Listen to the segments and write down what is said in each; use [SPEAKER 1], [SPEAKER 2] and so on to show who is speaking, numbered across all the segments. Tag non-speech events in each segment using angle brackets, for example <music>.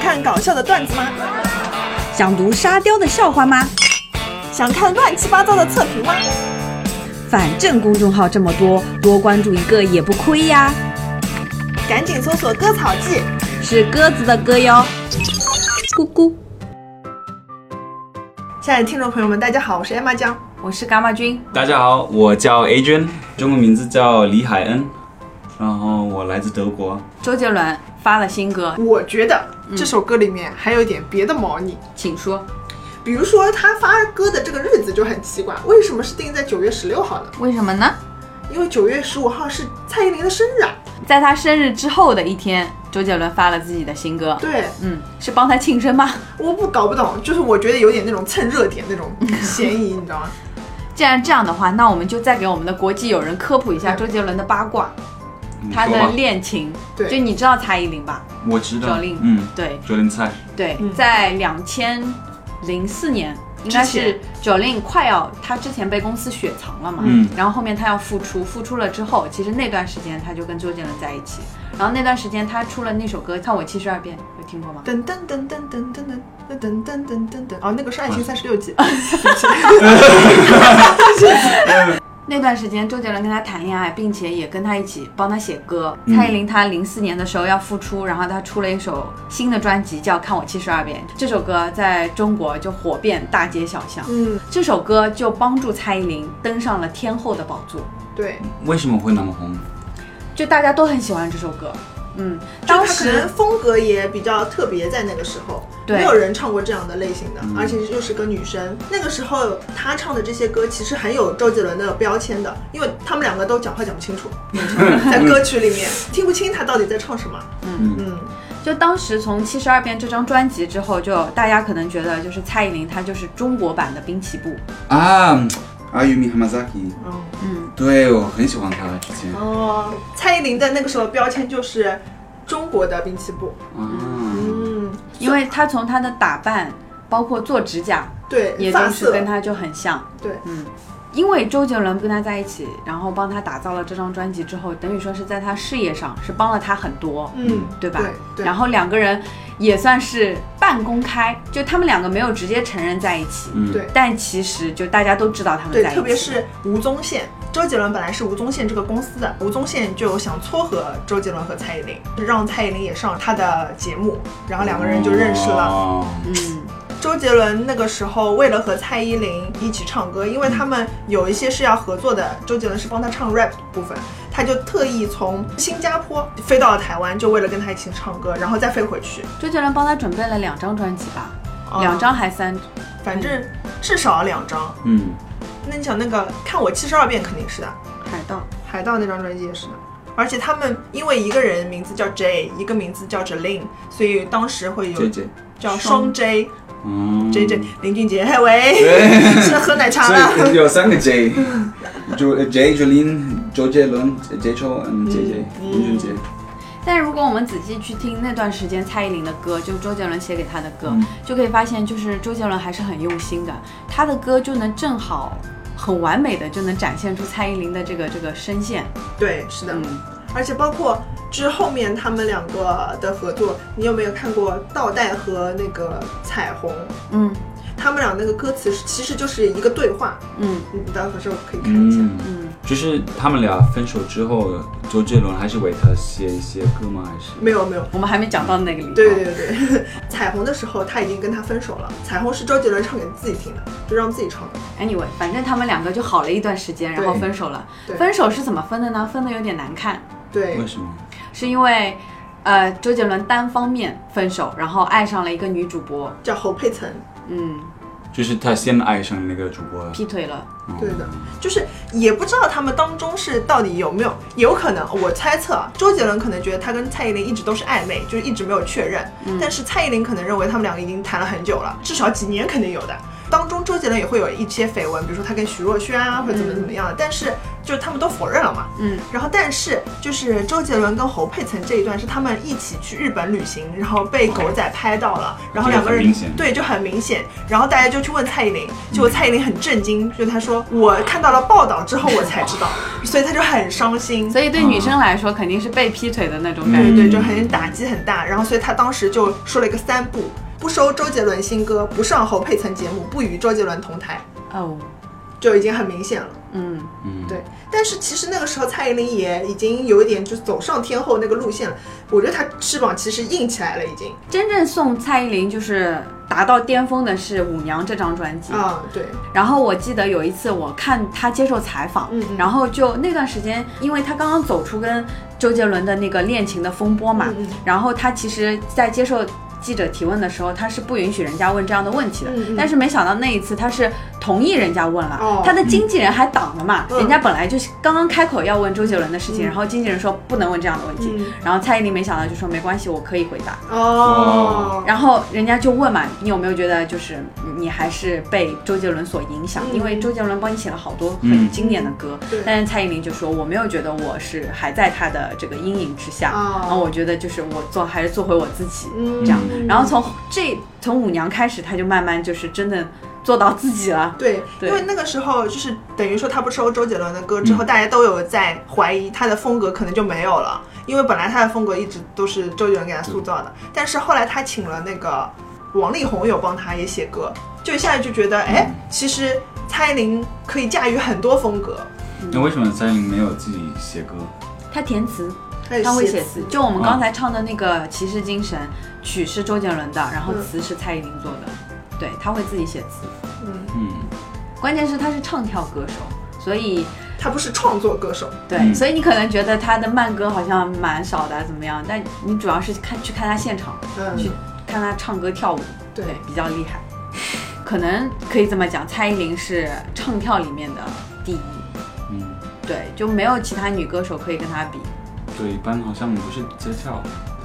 [SPEAKER 1] 看搞笑的段子吗？
[SPEAKER 2] 想读沙雕的笑话吗？
[SPEAKER 1] 想看乱七八糟的测评吗？
[SPEAKER 2] 反正公众号这么多，多关注一个也不亏呀。
[SPEAKER 1] 赶紧搜索“割草记
[SPEAKER 2] 是鸽子的歌哟，咕咕。”。
[SPEAKER 1] 亲爱的听众朋友们，大家好，我是艾玛酱。
[SPEAKER 2] 我是伽马君，
[SPEAKER 3] 大家好，我叫 Adrian，中文名字叫李海恩，然后我来自德国。
[SPEAKER 2] 周杰伦发了新歌，
[SPEAKER 1] 我觉得
[SPEAKER 2] 嗯
[SPEAKER 1] 这首歌里面还有点别的猫腻，
[SPEAKER 2] 请说，
[SPEAKER 1] 比如说他发歌的这个日子就很奇怪，为什么是定在九月十六号呢？
[SPEAKER 2] 为什么呢？
[SPEAKER 1] 因为九月十五号是蔡依林的生日啊。
[SPEAKER 2] 在他生日之后的一天，周杰伦发了自己的新歌，
[SPEAKER 1] 对，
[SPEAKER 2] 嗯，是帮他庆生吗？
[SPEAKER 1] 我不搞不懂，就是我觉得有点那种蹭热点那
[SPEAKER 2] <laughs>
[SPEAKER 1] 种嫌疑，你知道吗？
[SPEAKER 2] 既然这样的话，那我们就再给我们的国际友人科普一下周杰伦的八卦，
[SPEAKER 3] 你
[SPEAKER 2] 他
[SPEAKER 3] 嗯说
[SPEAKER 2] 的
[SPEAKER 3] 吧，
[SPEAKER 2] 恋情。
[SPEAKER 1] 对
[SPEAKER 2] 就你知道蔡依林吧？
[SPEAKER 3] 我知道
[SPEAKER 2] 赵丽，
[SPEAKER 3] 嗯，
[SPEAKER 2] 对
[SPEAKER 3] 九零菜，
[SPEAKER 2] 对，
[SPEAKER 1] 嗯
[SPEAKER 2] 在两千零四年。应该是 Jolin 快要，她之前被公司雪藏了嘛，
[SPEAKER 3] 嗯
[SPEAKER 2] 然后后面她要复出，复出了之后，其实那段时间她就跟周杰伦在一起，然后那段时间她出了那首歌《看我七十二变》，有听过吗？
[SPEAKER 1] 噔噔噔噔噔噔噔噔噔噔噔噔噔，哦，那个是《爱
[SPEAKER 2] 啊
[SPEAKER 1] 情三十六
[SPEAKER 2] <laughs>
[SPEAKER 1] 计》。
[SPEAKER 2] 那段时间，周杰伦跟他谈恋爱，并且也跟他一起帮他写歌。
[SPEAKER 3] 嗯
[SPEAKER 2] 蔡依林她零四年的时候要复出，然后她出了一首新的专辑叫《看我七十二变》，这首歌在中国就火遍大街小巷。
[SPEAKER 1] 嗯，
[SPEAKER 2] 这首歌就帮助蔡依林登上了天后的宝座，
[SPEAKER 1] 对，
[SPEAKER 3] 为什么会那么红？
[SPEAKER 2] 就大家都很喜欢这首歌。嗯，
[SPEAKER 1] 当
[SPEAKER 2] 当
[SPEAKER 1] 时可能
[SPEAKER 2] 时
[SPEAKER 1] 风格也比较特别，在那个时候，
[SPEAKER 2] 对
[SPEAKER 1] 没有人唱过这样的类型的，而且又是个女生。那个时候她唱的这些歌其实很有周杰伦的标签的，因为他们两个都讲话讲不清楚，在歌曲里面听不清他到底在唱什么。
[SPEAKER 3] 嗯
[SPEAKER 1] 嗯，
[SPEAKER 2] 就当时从《七十二变》这张专辑之后，就大家可能觉得就是蔡依林她就是中国版的滨崎步。
[SPEAKER 3] 啊，阿尤米哈马萨基，
[SPEAKER 1] 哦
[SPEAKER 3] 对我很喜欢他之前，
[SPEAKER 1] 哦，蔡依林的那个时候标签就是中国的滨崎步。
[SPEAKER 3] 啊，
[SPEAKER 1] 嗯，
[SPEAKER 2] 因为她从她的打扮，包括做指甲，
[SPEAKER 1] 对，
[SPEAKER 2] 也
[SPEAKER 1] 发
[SPEAKER 2] 当
[SPEAKER 1] 色
[SPEAKER 2] 时跟他就很像。
[SPEAKER 1] 对，
[SPEAKER 2] 嗯，因为周杰伦跟他在一起，然后帮他打造了这张专辑之后，等于说是在他事业上是帮了他很多，
[SPEAKER 1] 嗯，
[SPEAKER 2] 对吧？
[SPEAKER 1] 对对
[SPEAKER 2] 然后两个人也算是半公开，就他们两个没有直接承认在一起，
[SPEAKER 3] 嗯，
[SPEAKER 1] 对
[SPEAKER 2] 但其实就大家都知道他们
[SPEAKER 1] 对
[SPEAKER 2] 在一，起。
[SPEAKER 1] 特别是吴宗宪，周杰伦本来是吴宗宪这个公司的，吴宗宪就想撮合周杰伦和蔡依林，让蔡依林也上他的节目，然后两个人就认识了。
[SPEAKER 3] 哦。
[SPEAKER 2] 嗯，
[SPEAKER 1] 周杰伦那个时候为了和蔡依林一起唱歌，因为他们有一些是要合作的，周杰伦是帮他唱 rap 部分。他就特意从新加坡飞到了台湾，就为了跟他一起唱歌，然后再飞回去。
[SPEAKER 2] 周杰伦帮他准备了两张专辑吧，
[SPEAKER 1] 啊
[SPEAKER 2] 两，张还三，
[SPEAKER 1] 反正至少两张。
[SPEAKER 3] 嗯，
[SPEAKER 1] 那你想，那个看我七十二变肯定是的，
[SPEAKER 2] 海盗。
[SPEAKER 1] 海盗那张专辑也是的。而且他们因为一个人名字叫 J，一个名字叫 Jolin，所以当时会有
[SPEAKER 3] 姐姐，
[SPEAKER 1] 叫双
[SPEAKER 2] 双
[SPEAKER 1] J
[SPEAKER 3] 嗯
[SPEAKER 1] J J 林俊杰，嘿喂，<laughs>
[SPEAKER 3] 对，
[SPEAKER 1] 是喝奶茶
[SPEAKER 3] 所
[SPEAKER 1] 了。
[SPEAKER 3] 以有三
[SPEAKER 1] <laughs>
[SPEAKER 3] 个 J，就 J Jolin、周杰伦、J 秋，嗯，J J 林俊杰，
[SPEAKER 2] 但如果我们仔细去听那段时间蔡依林的歌，就周杰伦写给她的歌，
[SPEAKER 3] 嗯
[SPEAKER 2] 就可以发现，就是周杰伦还是很用心的，他的歌就能正好很完美的就能展现出蔡依林的这个这个声线。
[SPEAKER 1] 对，是的。
[SPEAKER 2] 嗯，
[SPEAKER 1] 而且包括之后面他们两个的合作，你有没有看过倒带和那个彩虹？
[SPEAKER 2] 嗯
[SPEAKER 1] 他们俩那个歌词是其实就是一个对话，
[SPEAKER 2] 嗯
[SPEAKER 1] 你到时候可以看一下。
[SPEAKER 3] 嗯。
[SPEAKER 2] 嗯，
[SPEAKER 3] 就是他们俩分手之后，周杰伦还是为他写一些歌吗？还是
[SPEAKER 1] 没有没有，
[SPEAKER 2] 我们还没讲到那个里。
[SPEAKER 1] 对对对对， <laughs> 彩虹的时候他已经跟他分手了，彩虹是周杰伦唱给自己听的，就让自己唱的。
[SPEAKER 2] Anyway，反正他们两个就好了一段时间，然后分手了
[SPEAKER 1] 对。
[SPEAKER 2] 分手是怎么分的呢？分的有点难看，
[SPEAKER 1] 对，
[SPEAKER 3] 为什么？
[SPEAKER 2] 是因为。呃，周杰伦单方面分手，然后爱上了一个女主播，
[SPEAKER 1] 叫侯佩岑，
[SPEAKER 2] 嗯，
[SPEAKER 3] 就是他先爱上那个主播了。
[SPEAKER 2] 劈腿了，
[SPEAKER 3] 嗯
[SPEAKER 1] 对的，就是也不知道他们当中是到底有没有，有可能我猜测啊，周杰伦可能觉得他跟蔡依林一直都是暧昧，就是一直没有确认，但是蔡依林可能认为他们两个已经谈了很久了，至少几年肯定有的。当中周杰伦也会有一些绯闻，比如说他跟徐若瑄啊，或者怎么怎么样的，但是就是他们都否认了嘛。
[SPEAKER 2] 嗯，
[SPEAKER 1] 然后但是就是周杰伦跟侯佩岑这一段是他们一起去日本旅行，然后被狗仔拍到了，然后两个
[SPEAKER 3] 这个很
[SPEAKER 1] 人
[SPEAKER 3] 明显
[SPEAKER 1] 对就很明显，然后大家就去问蔡依林，结果蔡依林很震惊，就她说
[SPEAKER 2] 嗯
[SPEAKER 1] 我看到了报道之后我才
[SPEAKER 2] <laughs>
[SPEAKER 1] 知道，所以她就很伤心。
[SPEAKER 2] 所以对女生来说肯定是被劈腿的那种感
[SPEAKER 1] 对
[SPEAKER 2] 觉。
[SPEAKER 1] 对，就很打击很大。然后所以他当时就说了一个三不：不收周杰伦新歌，不上侯佩岑节目，不与周杰伦同台，
[SPEAKER 2] 哦，
[SPEAKER 1] 就已经很明显了。
[SPEAKER 2] 嗯，
[SPEAKER 3] 嗯，
[SPEAKER 1] 对，但是其实那个时候蔡依林也已经有一点就是走上天后那个路线了，我觉得她翅膀其实硬起来了已经。
[SPEAKER 2] 真正送蔡依林就是达到巅峰的是《舞娘》这张专辑。
[SPEAKER 1] 啊、对，
[SPEAKER 2] 然后我记得有一次我看她接受采访，
[SPEAKER 1] 嗯嗯
[SPEAKER 2] 然后就那段时间，因为她刚刚走出跟周杰伦的那个恋情的风波嘛，
[SPEAKER 1] 嗯嗯
[SPEAKER 2] 然后她其实，在接受。记者提问的时候，她是不允许人家问这样的问题的，
[SPEAKER 1] 嗯嗯
[SPEAKER 2] 但是没想到那一次她是同意人家问了，
[SPEAKER 1] 哦
[SPEAKER 2] 她的经纪人还挡了嘛，
[SPEAKER 1] 嗯
[SPEAKER 2] 人家本来就是刚刚开口要问周杰伦的事
[SPEAKER 1] 嗯
[SPEAKER 2] 情，然后经纪人说不能问这样的问题，
[SPEAKER 1] 嗯
[SPEAKER 2] 然后蔡依林没想到就说没关系，我可以回答，
[SPEAKER 1] 哦，
[SPEAKER 2] 然后人家就问嘛，你有没有觉得就是你还是被周杰伦所影响？
[SPEAKER 1] 嗯
[SPEAKER 2] 因为周杰伦帮你写了好多很经典的歌，
[SPEAKER 1] 对
[SPEAKER 2] 但是蔡依林就说我没有觉得我是还在他的这个阴影之下，
[SPEAKER 1] 哦
[SPEAKER 2] 然后我觉得就是我做还是做回我自己。
[SPEAKER 1] 嗯，
[SPEAKER 2] 嗯这样然后从这从舞娘开始，他就慢慢就是真的做到自己了。
[SPEAKER 1] 对，
[SPEAKER 2] 对嗯
[SPEAKER 1] 因为那个时候就是等于说他不收周杰伦的歌之后，大家都有在怀疑他的风格可能就没有了，因为本来他的风格一直都是周杰伦给他塑造的，但是后来他请了那个王力宏有帮他也写歌，就一下就觉得
[SPEAKER 2] 嗯
[SPEAKER 1] 哎，其实蔡依林可以驾驭很多风格，
[SPEAKER 3] 那为什么蔡依林没有自己写歌？
[SPEAKER 2] 他填词，
[SPEAKER 1] 她也
[SPEAKER 2] 他会写
[SPEAKER 1] 写
[SPEAKER 2] 词，就我们刚才唱的那个《骑士精神》，曲是周杰伦的，然后
[SPEAKER 1] 嗯
[SPEAKER 2] 词是蔡依林做的，对他会自己写词。
[SPEAKER 1] 嗯，
[SPEAKER 3] 嗯，
[SPEAKER 2] 关键是他是唱跳歌手，所以
[SPEAKER 1] 他不是创作歌手，
[SPEAKER 2] 对，
[SPEAKER 3] 嗯
[SPEAKER 2] 所以你可能觉得他的慢歌好像蛮少的，啊怎么样？但你主要是看去看他现场，
[SPEAKER 1] 嗯
[SPEAKER 2] 去，看他唱歌跳舞，
[SPEAKER 1] 对
[SPEAKER 2] 比较厉害。 <laughs> 可能可以这么讲，蔡依林是唱跳里面的第一，
[SPEAKER 3] 嗯，
[SPEAKER 2] 对，就没有其他女歌手可以跟她比。
[SPEAKER 3] 对，一般好像不是在跳，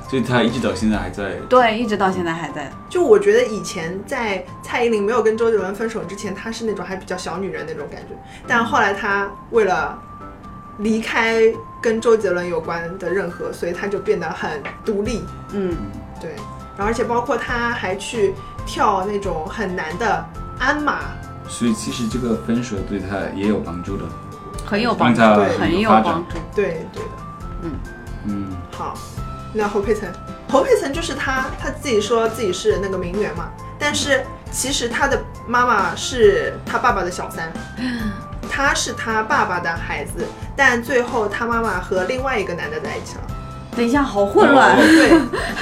[SPEAKER 3] 所以她一直到现在还在。
[SPEAKER 2] 对，一直到现在还在。
[SPEAKER 1] 就我觉得以前在蔡依林没有跟周杰伦分手之前，她是那种还比较小女人那种感觉，但后来她为了离开跟周杰伦有关的任何，所以她就变得很独立，
[SPEAKER 2] 嗯，
[SPEAKER 1] 对，然后而且包括她还去跳那种很难的鞍马，
[SPEAKER 3] 所以其实这个分手对她也有帮助的。
[SPEAKER 2] 很有帮助，
[SPEAKER 3] 帮她
[SPEAKER 1] 对
[SPEAKER 2] 很有
[SPEAKER 3] 发展
[SPEAKER 2] 帮助。
[SPEAKER 1] 对对的，
[SPEAKER 3] 嗯，
[SPEAKER 1] 好，那侯佩岑，侯佩岑就是她，她自己说自己是那个名媛嘛，但是其实她的妈妈是她爸爸的小三，她是她爸爸的孩子，但最后她妈妈和另外一个男的在一起了，
[SPEAKER 2] 等一下，好混乱。
[SPEAKER 3] 哦
[SPEAKER 1] 对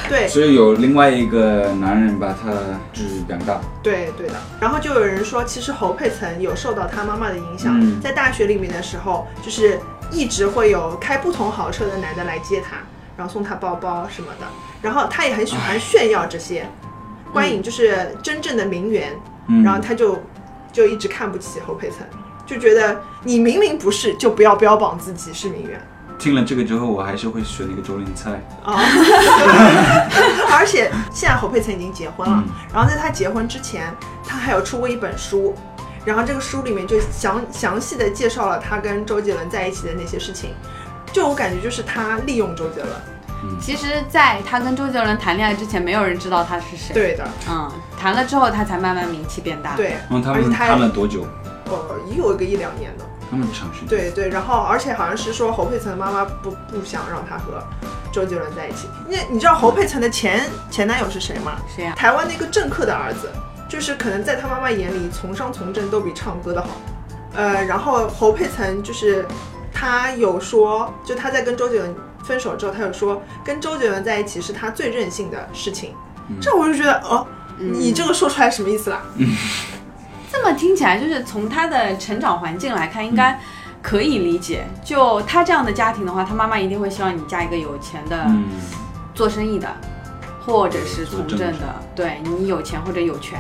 [SPEAKER 1] 对
[SPEAKER 3] 所以有另外一个男人把她就是养大。
[SPEAKER 1] 对对的。然后就有人说，其实侯佩岑有受到她妈妈的影响，
[SPEAKER 3] 嗯
[SPEAKER 1] 在大学里面的时候，就是一直会有开不同豪车的男的来接她，然后送她包包什么的。然后她也很喜欢炫耀这些。观影就是真正的名媛，
[SPEAKER 3] 嗯，
[SPEAKER 1] 然后她就就一直看不起侯佩岑，就觉得你明明不是，就不要标榜自己是名媛。
[SPEAKER 3] 听了这个之后，我还是会选那个周林菜。 <laughs>
[SPEAKER 1] 啊，而且现在侯佩岑已经结婚了，
[SPEAKER 3] 嗯
[SPEAKER 1] 然后在她结婚之前，她还有出过一本书，然后这个书里面就详详细的介绍了她跟周杰伦在一起的那些事情，就我感觉就是她利用周杰伦，
[SPEAKER 2] 其实，在他跟周杰伦谈恋爱之前，没有人知道他是谁。，
[SPEAKER 1] 对的，
[SPEAKER 2] 嗯，谈了之后，他才慢慢名气变大。，
[SPEAKER 1] 对，
[SPEAKER 3] 然后嗯他
[SPEAKER 1] 而且
[SPEAKER 3] 们
[SPEAKER 1] 她
[SPEAKER 3] 谈了多久？
[SPEAKER 1] 呃也有一个一两年的，
[SPEAKER 3] 他们长时间。
[SPEAKER 1] 对对，然后而且好像是说侯佩岑的妈妈不不想让她和周杰伦在一起，那你知道侯佩岑的前前男友是谁吗？
[SPEAKER 2] 谁呀、
[SPEAKER 1] 台湾的一个政客的儿子，就是可能在他妈妈眼里，从商从政都比唱歌的好。呃，然后侯佩岑就是他有说，就他在跟周杰伦分手之后，他有说跟周杰伦在一起是他最任性的事情。这我就觉得，哦，你这个说出来什么意思啦？
[SPEAKER 2] 这么听起来，就是从他的成长环境来看，应
[SPEAKER 3] 嗯
[SPEAKER 2] 该可以理解。就他这样的家庭的话，他妈妈一定会希望你嫁一个有钱的、
[SPEAKER 3] 嗯，
[SPEAKER 2] 做生意的，或者是从政
[SPEAKER 3] 做政
[SPEAKER 2] 的。对你有钱或者有权，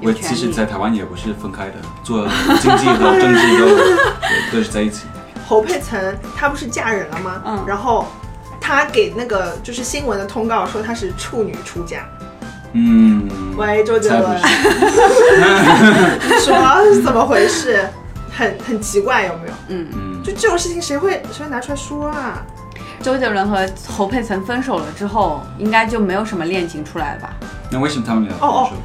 [SPEAKER 2] 有
[SPEAKER 3] 我
[SPEAKER 2] 权
[SPEAKER 3] 其实，
[SPEAKER 2] 利。
[SPEAKER 3] 在台湾也不是分开的，做经济和政治都对都是在一起。
[SPEAKER 1] 侯佩岑她不是嫁人了吗？
[SPEAKER 2] 嗯
[SPEAKER 1] 然后她给那个就是新闻的通告说她是处女出家，
[SPEAKER 3] 嗯，
[SPEAKER 1] 喂，周杰
[SPEAKER 3] 才
[SPEAKER 1] 伦
[SPEAKER 3] 不，是，
[SPEAKER 1] <laughs> 说是怎么回事？很很奇怪，有没有？
[SPEAKER 3] 嗯，
[SPEAKER 1] 就这种事情，谁会谁会拿出来说啊？
[SPEAKER 2] 周杰伦和侯佩岑分手了之后，应该就没有什么恋情出来了吧？
[SPEAKER 3] 那为什么他们俩
[SPEAKER 1] 哦
[SPEAKER 3] 分
[SPEAKER 1] 哦
[SPEAKER 3] 手？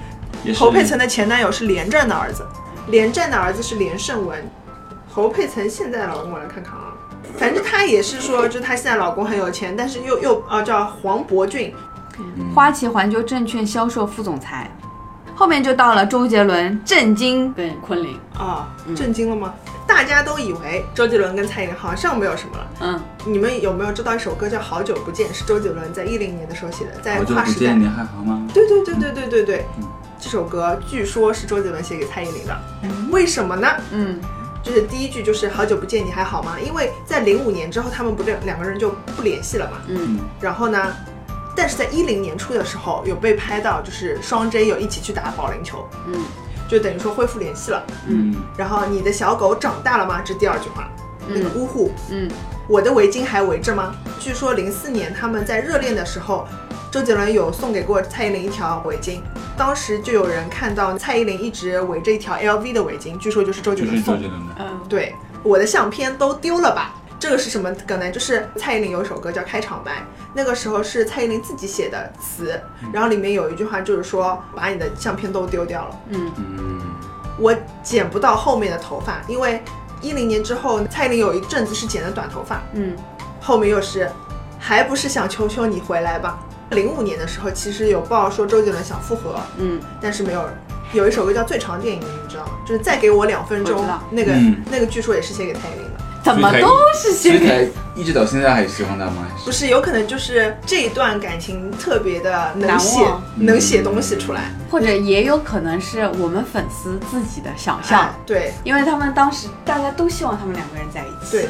[SPEAKER 3] 也是
[SPEAKER 1] 侯佩岑的前男友是连战的儿子，连战的儿子是连胜文，侯佩岑现在的老公我来看看啊，反正她也是说，就是她现在老公很有钱，但是又又啊叫黄伯俊，
[SPEAKER 2] 花旗环球证券销售副总裁，后面就到了周杰伦、郑钧跟昆凌。
[SPEAKER 1] 啊，
[SPEAKER 3] 嗯
[SPEAKER 1] 震惊了吗？大家都以为周杰伦跟蔡依林好像没有什么了。
[SPEAKER 2] 嗯，
[SPEAKER 1] 你们有没有知道一首歌叫《好久不见》？是周杰伦在一零年的时候写的，在
[SPEAKER 3] 嗯我就
[SPEAKER 1] 跨
[SPEAKER 3] 不
[SPEAKER 1] 时
[SPEAKER 3] 见
[SPEAKER 1] 代。
[SPEAKER 3] 你还好吗？
[SPEAKER 1] 对对对对对对对
[SPEAKER 3] 嗯，
[SPEAKER 1] 这首歌据说是周杰伦写给蔡依林的，为什么呢？
[SPEAKER 2] 嗯，
[SPEAKER 1] 就是第一句就是好久不见，你还好吗？因为在零五年之后，他们不两两个人就不联系了嘛。
[SPEAKER 2] 嗯。
[SPEAKER 1] 然后呢，但是在一零年初的时候，有被拍到，就是双 J 有一起去打保龄球，
[SPEAKER 2] 嗯，
[SPEAKER 1] 就等于说恢复联系了。
[SPEAKER 3] 嗯，
[SPEAKER 1] 然后你的小狗长大了吗？这是第二句话。那个呜呼，
[SPEAKER 2] 嗯，
[SPEAKER 1] 我的围巾还围着吗？据说零四年他们在热恋的时候，周杰伦有送给过蔡依林一条围巾，当时就有人看到蔡依林一直围着一条 LV 的围巾，据说就是周杰
[SPEAKER 3] 就
[SPEAKER 1] 伦
[SPEAKER 3] 是
[SPEAKER 1] 送
[SPEAKER 3] 周
[SPEAKER 1] 的
[SPEAKER 3] 杰。伦的，
[SPEAKER 2] 嗯，
[SPEAKER 1] 对，我的相片都丢了吧？这个是什么梗呢？就是蔡依林有一首歌叫《开场白》，那个时候是蔡依林自己写的词，
[SPEAKER 3] 嗯
[SPEAKER 1] 然后里面有一句话就是说把你的相片都丢掉了。
[SPEAKER 3] 嗯，
[SPEAKER 1] 我剪不到后面的头发，因为一零年之后，蔡依林有一阵子是剪的短头发，
[SPEAKER 2] 嗯，
[SPEAKER 1] 后面又是还不是想求求你回来吧。零五年的时候，其实有报说周杰伦想复合，
[SPEAKER 2] 嗯，
[SPEAKER 1] 但是没有人。有一首歌叫《最长电影》，你知道吗？就是再给我两分
[SPEAKER 2] 我
[SPEAKER 1] 钟
[SPEAKER 2] 知道，
[SPEAKER 1] 那个、
[SPEAKER 3] 嗯
[SPEAKER 1] 那个据说也是写给蔡依林的。
[SPEAKER 2] 怎么都是
[SPEAKER 3] 所
[SPEAKER 2] 写
[SPEAKER 3] 以
[SPEAKER 2] 给
[SPEAKER 3] 才一直到现在还喜欢他吗？还
[SPEAKER 1] 不是，有可能就是这一段感情特别的能
[SPEAKER 2] 难
[SPEAKER 1] 写
[SPEAKER 2] 忘嗯
[SPEAKER 1] 能写东西出来。
[SPEAKER 2] 或者也有可能是我们粉丝自己的想象
[SPEAKER 1] 哎，对
[SPEAKER 2] 因为他们当时大家都希望他们两个人在一起。
[SPEAKER 1] 对，的，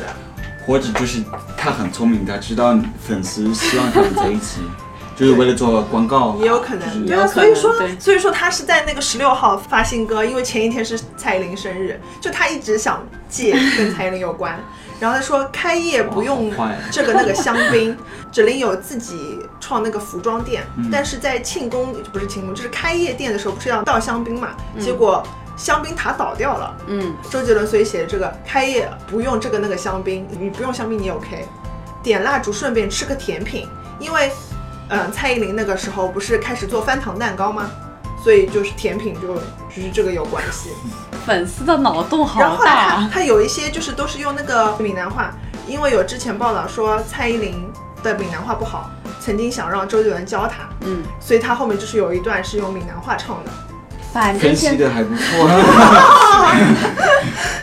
[SPEAKER 3] 或者就是他很聪明，他知道粉丝希望他们在一起，
[SPEAKER 1] <laughs>
[SPEAKER 3] 就是为了做广告，
[SPEAKER 1] 也有可能。
[SPEAKER 3] 哦就是
[SPEAKER 1] 对
[SPEAKER 2] 有
[SPEAKER 1] 啊，
[SPEAKER 2] 可
[SPEAKER 1] 所以
[SPEAKER 2] 能
[SPEAKER 1] 说
[SPEAKER 2] 对
[SPEAKER 1] 所以说他是在那个十六号发新歌，因为前一天是蔡依林生日，就他一直想借跟蔡依林有
[SPEAKER 3] <laughs>
[SPEAKER 1] 关。然后他说开业不用
[SPEAKER 3] 哇好坏啊
[SPEAKER 1] 这个那个香槟， <laughs> 芷玲有自己创那个服装店，
[SPEAKER 3] 嗯
[SPEAKER 1] 但是在庆功不是庆功，就是开业店的时候不是要倒香槟嘛，
[SPEAKER 3] 嗯
[SPEAKER 1] 结果香槟塔倒掉了。
[SPEAKER 2] 嗯，
[SPEAKER 1] 周杰伦所以写的这个开业不用这个那个香槟，你不用香槟你也 OK，点蜡烛顺便吃个甜品，因为，嗯、蔡依林那个时候不是开始做翻糖蛋糕吗？所以就是甜品就就是这个有关系。
[SPEAKER 2] 粉丝的脑洞
[SPEAKER 1] 然后
[SPEAKER 2] 好
[SPEAKER 1] 后来
[SPEAKER 2] 大
[SPEAKER 1] 他。他有一些就是都是用那个闽南话，因为有之前报道说蔡依林的闽南话不好，曾经想让周杰伦教她，
[SPEAKER 2] 嗯，
[SPEAKER 1] 所以她后面就是有一段是用闽南话唱的，
[SPEAKER 2] 反正
[SPEAKER 3] 分析
[SPEAKER 2] 现
[SPEAKER 3] 的还不错。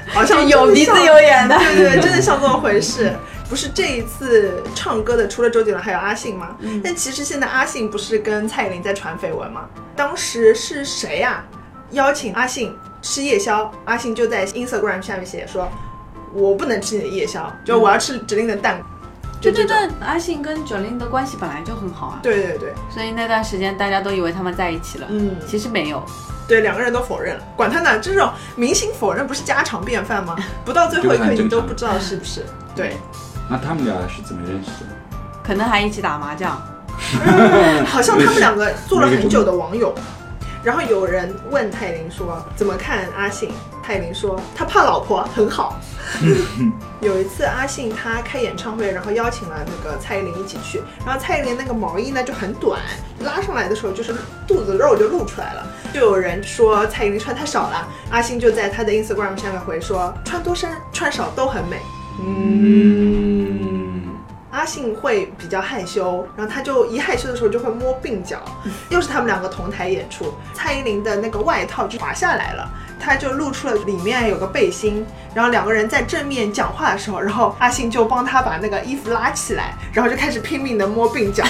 [SPEAKER 1] 好像
[SPEAKER 2] <laughs> 有
[SPEAKER 1] 真的
[SPEAKER 2] 鼻子
[SPEAKER 1] 像
[SPEAKER 2] 有眼的
[SPEAKER 1] <laughs> 对对，对真的像这么回事。不是这一次唱歌的，除了周杰伦，还有阿信吗？
[SPEAKER 3] 嗯
[SPEAKER 1] 但其实现在阿信不是跟蔡依林在传绯闻吗？当时是谁呀、邀请阿信吃夜宵，阿信就在 Instagram 下面写说：“我不能吃你的夜宵，就我要吃指令的蛋。就
[SPEAKER 2] 对对
[SPEAKER 1] 这种
[SPEAKER 2] 对，阿信跟 Jolin 的关系本来就很好啊，
[SPEAKER 1] 对对对，
[SPEAKER 2] 所以那段时间大家都以为他们在一起了，
[SPEAKER 1] 嗯
[SPEAKER 2] 其实没有。
[SPEAKER 1] 对，两个人都否认了，管他呢，这种明星否认不是家常便
[SPEAKER 3] <laughs>
[SPEAKER 1] 饭吗？不到最后一刻
[SPEAKER 3] 这个很
[SPEAKER 1] 你
[SPEAKER 3] 正
[SPEAKER 1] 都
[SPEAKER 3] 常
[SPEAKER 1] 不知道是不是
[SPEAKER 3] <laughs>
[SPEAKER 1] 对。
[SPEAKER 3] 那他们俩是怎么认识的？
[SPEAKER 2] 可能还一起打麻将，
[SPEAKER 1] 好像他们两个做了很久的网友。然后有人问泰林说怎么看阿信，泰林说他怕老婆很好。有一次阿信他开演唱会，然后邀请了那个蔡依林一起去，然后蔡依林那个毛衣呢就很短，拉上来的时候就是肚子肉就露出来了，就有人说蔡依林穿太少了，阿信就在他的 Instagram 下面回说穿多身穿少都很美。
[SPEAKER 3] 嗯，
[SPEAKER 1] 阿信会比较害羞，然后他就一害羞的时候就会摸鬓角。又是他们两个同台演出，蔡依林的那个外套就滑下来了，她就露出了里面有个背心。然后两个人在正面讲话的时候，然后阿信就帮她把那个衣服拉起来，然后就开始拼命的摸鬓角。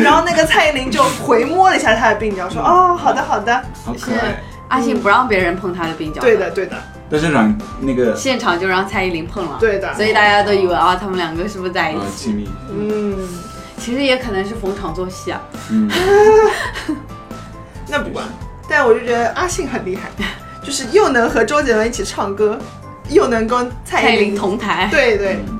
[SPEAKER 1] 然后那个蔡依林就回摸了一下她的鬓角，说：“哦，好的，好的，
[SPEAKER 3] 好可爱。
[SPEAKER 2] 阿信不让别人碰他的鬓
[SPEAKER 1] 嗯
[SPEAKER 2] 角，
[SPEAKER 1] 对的，，对的，
[SPEAKER 3] 但是让那个
[SPEAKER 2] 现场就让蔡依林碰了，
[SPEAKER 1] 对的
[SPEAKER 2] 所以大家都以为啊，他们两个是不是在一
[SPEAKER 3] 呃
[SPEAKER 2] 起？
[SPEAKER 3] 亲密，
[SPEAKER 1] 嗯，
[SPEAKER 2] 其实也可能是逢场作戏啊。
[SPEAKER 3] 嗯，
[SPEAKER 1] 那不管。”但我就觉得阿信很厉害，就是又能和周杰伦一起唱歌，又能跟蔡
[SPEAKER 2] 蔡
[SPEAKER 1] 依
[SPEAKER 2] 依林
[SPEAKER 1] 林
[SPEAKER 2] 同台，
[SPEAKER 1] 对对，
[SPEAKER 3] 嗯